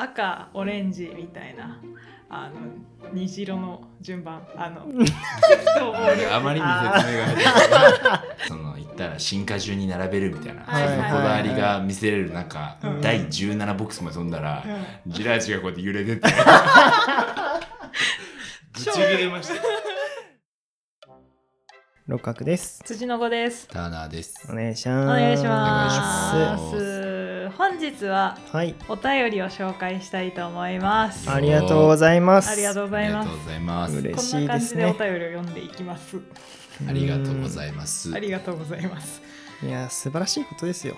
赤オレンジみたいなあの虹色の順番あ のあまりに説明が下手 だからその言ったら進化中に並べるみたいな、はいそのこだわりが見せれる中、うん第17ボックスまで飛んだら、ジラーチがこうやって揺 れててぶち切れました六角です。辻の子ですターナーですお願いします。お願いしまますす本日ははい、お便りを紹介したいと思いますあありがとうございます。りがとうござあいりがまとすうございます嬉こしんいな感でじすでおね。便りを読んでいきますありがとうございいますありがとうございますます。いや、素晴らしいことですよ。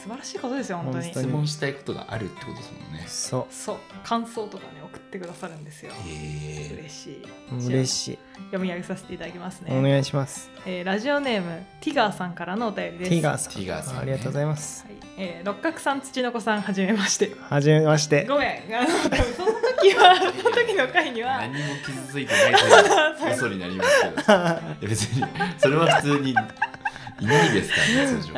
素晴らしいことですよ本当に本当質に問したいことがあるってことですもんねそ、そう感想とかね送ってくださるんですよへ嬉しいう嬉しい。読み上げさせていただきますねお願いします。えーラジオネームティガーさんからのお便りです。ティガーさん。ティガーさんねありがとうございます。はいえー六角さん、土の子さん、はじめまして。はじめまして。ごめん、あの多分その時 は、その時の回にえは何、も傷ついてないという 嘘はになりますけどいや別にそれは普通にいないですからね通常い、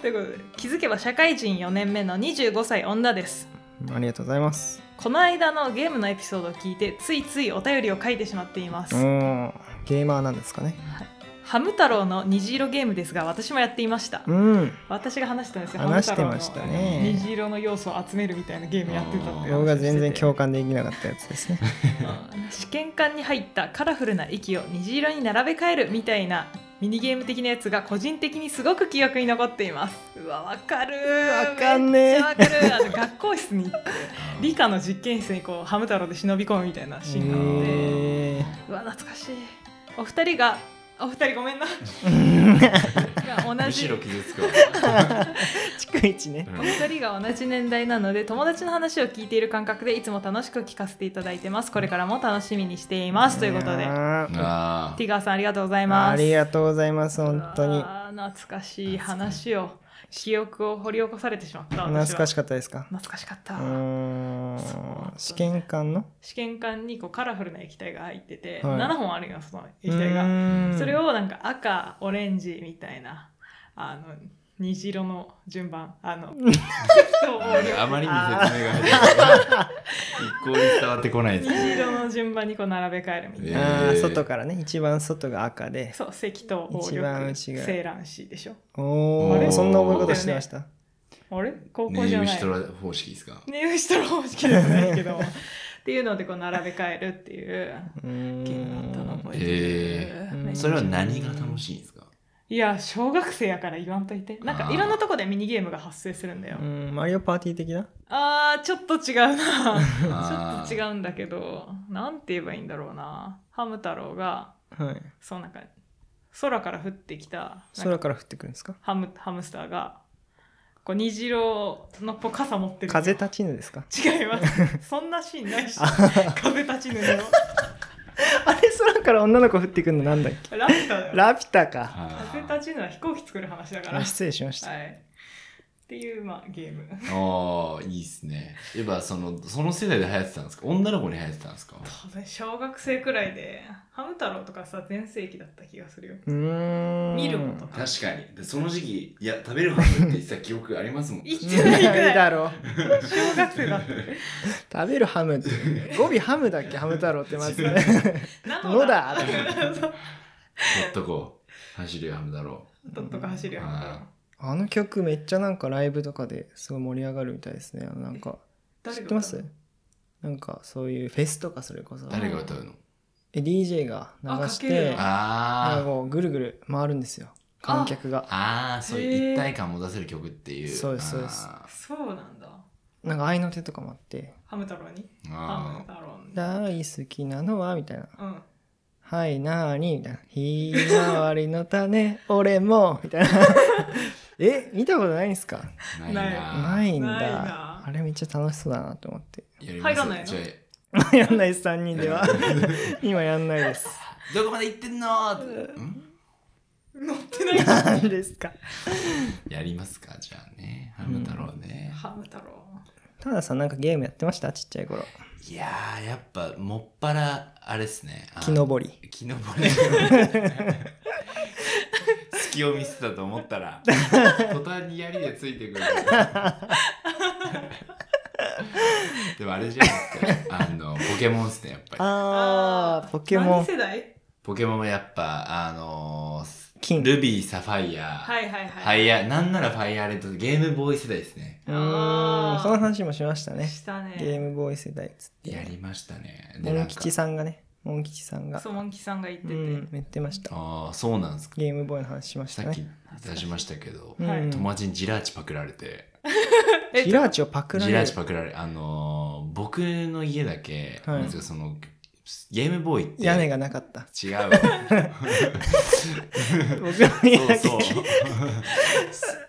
ということで、気づけば社会人4年目の25歳女です。 ありがとうございます。この間のゲームのエピソードを聞いて、ついついお便りを書いてしまっていますう。ん、ゲーマーなんですかね。ハム太郎の虹色ゲームですが、私もやっていました。うん、私が話したんですよ、話してましハム太た郎のね。虹色の要素を集めるみたいなゲームやってたって僕が全然今共日感できなかったや つですね。試験管に入ったカラフルな息を虹色に並べ替えるみたいなミニゲーム的なやつが個人的にすごく記憶に残っていますうわわかるーわかんねめっえちゃわかるあの学校室に行って理科の実験室にこうハム太郎で忍び込むみたいなシーンがあって、えうわ懐かしいお二人がお二人ごめ んなが同むしじろ傷つくわ、ー、 逐一ね。うん二人が同じ年代なので友達の話を聞いている感覚でいつも楽しく聞かせていただいてますこれからも楽しみにしていますということでやーあティガーさんありがとうございます。ありがとうございます。本当にう。わー懐かしい話を記憶を掘り起こされてしまった。懐かしかかったですかった。懐かしかっうた。ーんそうなんだ試験官の試験管にこうカラフルな液体が入ってて、はい7本あるよその液体うが。ーんそれをなんか赤オレンジみたいなあの虹色の順番あ の適当 あまりに説明が下手一向に伝わってこないです虹色の順番にこう並べ替えるみたいな。えあえーー外からね一番外が赤でそう赤と応一番力内が青卵子でしょおあおれそんな覚え方してましたあれ高校ネじイゃルなシいトラ方式ですかネウシトロ方式ではないけどっていうのでこう並べ替えるっていううーんゲームだったの覚えてる、えーめっちゃそれは何が楽しいんですかいや小学生やから言わんといてなんあかーいろんなとこでミニゲームが発生するんだよ、うんマリオパーティー的なあーちょっと違うなちょっと違ううんだけどなんて言えばいいんだろうなハム太郎がはいそうなんか空から降ってきたなん空かから降ってくるんですかハムハムスターがこう虹色のこう傘持ってる風立ちぬですか違いますそんなシーンないし風立ちぬのあれ空から女の子降ってくるのなんだっ けラピュタだよラピュタか風あ立ちぬは飛行機作る話だから。あ は失礼しましたい。っていう、まあ、ゲーム。ーあーいいですねやっぱそのその世代で流行ってたんですか女の子に流行ってたんですか多分小学生くらいで、ハム太郎とかさ、全盛期だった気がするよ。うーん見るもと か。確かにでその時期いや食べるハムって言ってた記憶ありますもん言っていじゃないくらいいだ ろう小学生だった。食べるハムって語尾ハムだっけハム太郎ってまず なのの だほっとこう走るよハムだろとっとか走るよ。ハム太郎あの曲めっちゃなんかライブとかですごい盛り上がるみたいですね。あのなんか知誰っがてますなんかそういうフェスとかそれこそう誰が歌うのえ DJ が流あかしけるてのなんかあーこうぐるぐる回るんですよ観客があーそういう一体感も出せる曲っていうそうですそうですあそうなんだ。なんか愛の手とかもあってハム太郎に。ーハあムー太郎に。大好きなのはみたいなうん。はいなーにみたいなひまわりの種俺もみた いなえ見たことないんすかないなな。いんないだなあれめっちゃ楽しそうだなと思って やりま入すらないのじゃやんないです3人で は今やんないですあ どこまで行ってんのってん乗ってない。何ですかやりますかじゃあね。ハム太郎ね。ハム太郎。たださんなんかゲームやってましたちっちゃい頃いやー、やっぱ、もっぱら、あれですね。あ木登り木登り。 隙を見せたと思っ たら、途端に槍でついてくる。でもあれじゃないですか。あの、ポケモンっすね、やっぱり。あー、ポケモ何ン、世代ポケモンはやっぱ、あのー金。ルビー、サファイア、はいはいファはい。イヤー、なんならファイヤーレッド、ゲームボーイ世代ですね。うーん、その話もしましたね。したね。ゲームボーイ世代っつって。やりましたね。で、モなンんか吉、さんがね、モン吉さんがそう、。モンキさんが言ってうて。ん、言ってました。ああ、そうなんですか。ゲームボーイの話しましさたっきね。出しましたけど、はいうん友達にジラーチパクられて、えジラーチをパクらジれラーるチ。パクられ、あのー僕の家だけ、はいなんですかその、ゲームボーイって。屋根がなかった。違 うわ。僕の家だけそうそ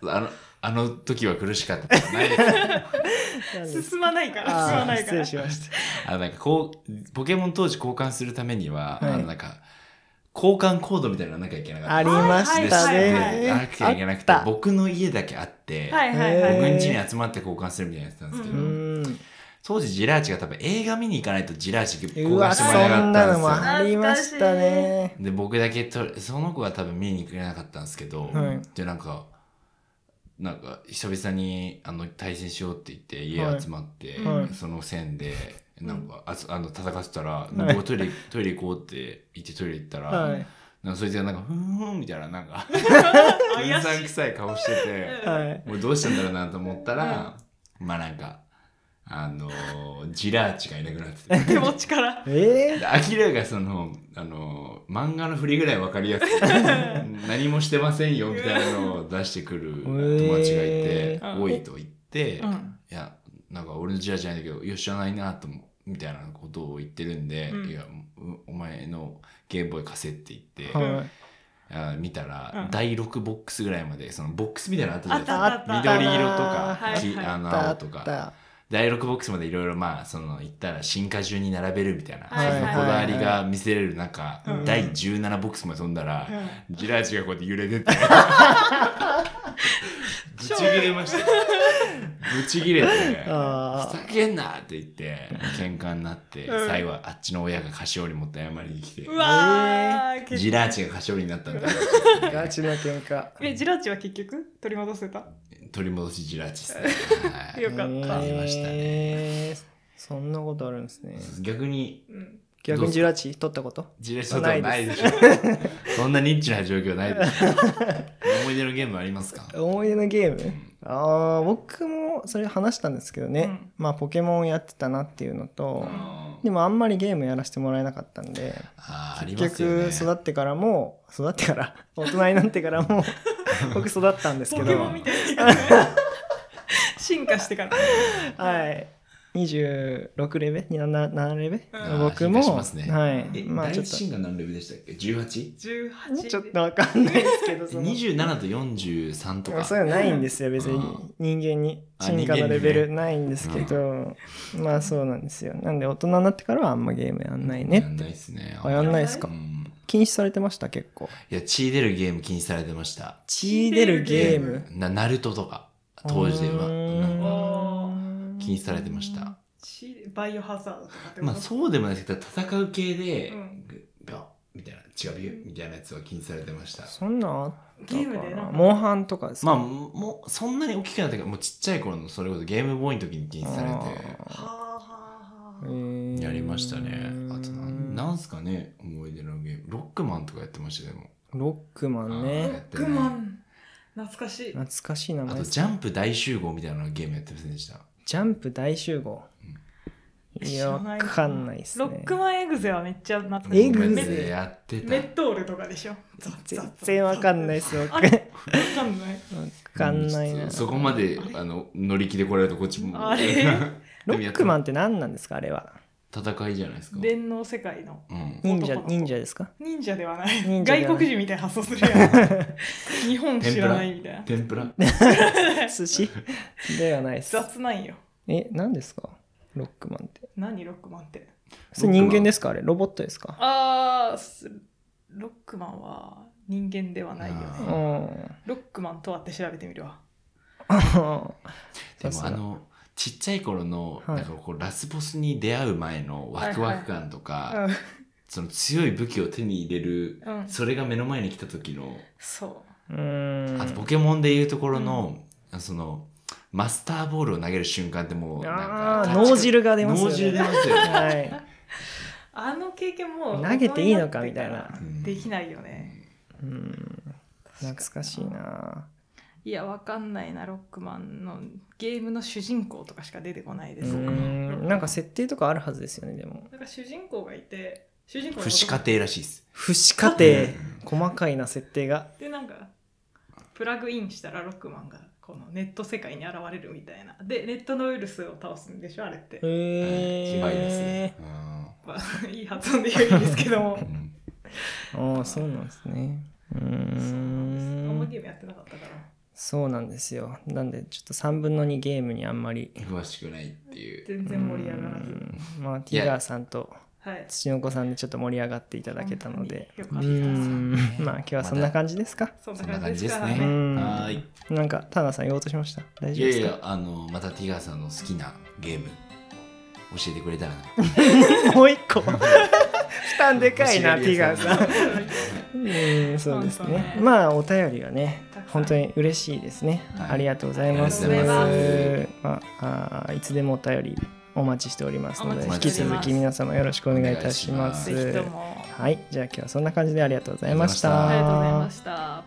う。 あの、あの時は苦しかったこ とないですよ。なんです進まないから、進まあなーいか失ら。礼しました。あのなんかこう、ポケモン当時交換するためには、はいあのなんか、交換コードみたいなのなきゃいけなかった。ありましたはいではいはいでね。なきゃいけなくてあ、った僕の家だけあって、はいはいへはーい。僕ん家に集まって交換するみたいなやつなんですけうど、ん。当時ジラーチが多分映画見に行かないとジラーチ交う換わ、してそもらえなかんっなたんのですもよ。ありましたね。で僕だけとその子は多分見に行けなかったんですけど、はいでなんかなんか久々にあの対戦しようって言って家集まって、はいはいその線でなんかあつあの戦ってたら、はい僕トイレトイレ行こうって言ってトイレ行ったら、はい。なんかそいつがなんかふんふんみたいななんかうんざ怪んくしい。さい顔しててはい。もうどうしたんだろうなと思ったら、まあなんかあのージラーチがいなくなってて。手持ちから。えでアキラがその、あの、漫画の振りぐらいわかりやす く、何もしてませんよみたいなのを出してくる友達がいえ、てー多いと言って、うんいや、なんか俺のジラじゃないんだけど、いや、知らないなと思う。みたいなことを言ってるんで、うんいや、うお前のゲームボーイ貸せって言って、ーはい。あ見たら、うん第6ボックスぐらいまで、そのボックスみたいなのあったじゃないですあかっ。たあった緑色とか、はいきはいあのだ青っとか。た。第6ボックスまでいろいろまあその言ったら進化中に並べるみたいな、はいそのこだわりが見せれる中、うん第17ボックスまで飛んだら、ジラーチがこうやって揺れてて ぶち切れましたぶち切れてふあーざけんなって言って喧嘩になって、うん最後はあっちの親が菓子折り持って謝りに来てうわー。結ジラーチが菓子折りになったんだガチの喧嘩。え、ジラーチは結局取り戻せた取り戻しジラーチですね、はいよかったありましたね。そんなことあるんですね。逆にうん。逆にジラチ取ったことジレットとはないで しょ。そんなニッチな状況ないでしょ。思い出のゲームありますか思い出のゲームんああ僕もそれ話したんですけどね、うんまあポケモンやってたなっていうのと、あでもあんまりゲームやらせてもらえなかったんであー、あります結よ局ね。育ってからも育ってから大人になってからも僕育ったんですけポどケモンみたいな。進化してから。はい26レベル7レベうんル、あー僕変化もしますねはいえまあちょっと第一が何レベルでしたっけ ?18? 18。ちょっとわかんないですけどその27と43とか。そういうのないんですよ別うにん人間にあ進化のレベルないんですけど、まあそうなんですよなんで大人になってからはあんまゲームやんないやねんないっすね。あやんないですかうん禁止されてました結構いや、血出るゲーム禁止されてました。血出るゲームな、ナルトとか。当時では。うなんかあーん禁止されてました。ちバイオハザードとかってことまあそうでもないですけど、戦う系でうん、ビョンみたいな、違うビューみたいなやつは禁止されてました。そんなんあったゲーかムでななんかモンハンとかですまかあ、もう、そんなに大きくなったけど、もうちっちゃい頃の、それこそゲームボーイの時に禁止されて、はあはあはあ。れやりましたね。あとなん、ロなんすかね、思い出のゲーム。ロックマンとかやってましたよ、でも。ックマンあーやねってグないマン。懐かしい。懐かしい名あ前と、ですジャンプ大集合みたいなゲームやってませんでした。ジャンプ大集合いやわかんないっすねロックマンエグゼはめっちゃ懐かしい。エグゼでやってたメ。ッドールとかでしょ。ザッザッザ全ッ然わかんないっす僕あわれわかんない。かんないなそこまで、あの、乗り気で来られると、こっちも。あれロックマン。ンって何なんですかあれは 戦いじゃないですか。電脳世界のうん。忍者男の子忍者ですか忍者ではない忍者ではない外国人みたいな発想するやん日本知らないみたいな天ぷら寿司ではないです雑なんよえ何ですかロックマンって何ロックマンってそれ人間ですかあれロボットですかあーすロックマンは人間ではないようあねん ロックマンとはって調べてみるわでさすもがあのちっちゃい頃の、はいなんかこうラスボスに出会う前のワクワク感とか、うんその強い武器を手に入れる、うんそれが目の前に来た時の、そううんあとポケモンでいうところの、そのマスターボールを投げる瞬間ってもうなんあかあ脳汁が出ますよ脳ね汁出ますよね、はいあの経験もう投げていいのかみたいな大人にってかうんらできないよね うん懐かしいないやわかんないなロックマンのゲームの主人公とかしか出てこないでうすんなんか設定とかあるはずですよねでもなんか主人公がいて主人公の不死家庭らしいです不死家庭細かいな設定がでなんかプラグインしたらロックマンがこのネット世界に現れるみたいなでネットのウイルスを倒すんでしょあれって、 うへんうまいですえね、うまあ、いい発音で言うんですけ どもんうんああそうなんですねそううなんですあんまんゲームやってなかったからそうなんですよなんでちょっと3分の2ゲームにあんまり詳しくないっていう全然盛り上がらうずんまあティガーさんとはい土の子さんでちょっと盛り上がっていただけたのでよかうったんまあ今日はそんな感じですかそんそんなな感感じじでですすかねらうねんはーいなんかタナさん言おうとしました大い丈夫やですいかやあのまたティガーさんの好きなゲーム教えてくれたらなもう一 個負担でかいな欲ティしがガーりさん屋ん うんそうです本当ねねまあお便りがねたくさん本当に嬉しいですね、はいありがとうございますありがとうございまああーいつでもお便りお待ちしておりますのでお引待きちしており続ますき皆様よろしくお願いいたしますおぜひともはいじゃあ今日はそんな感じでありがとうございましたありがとうございました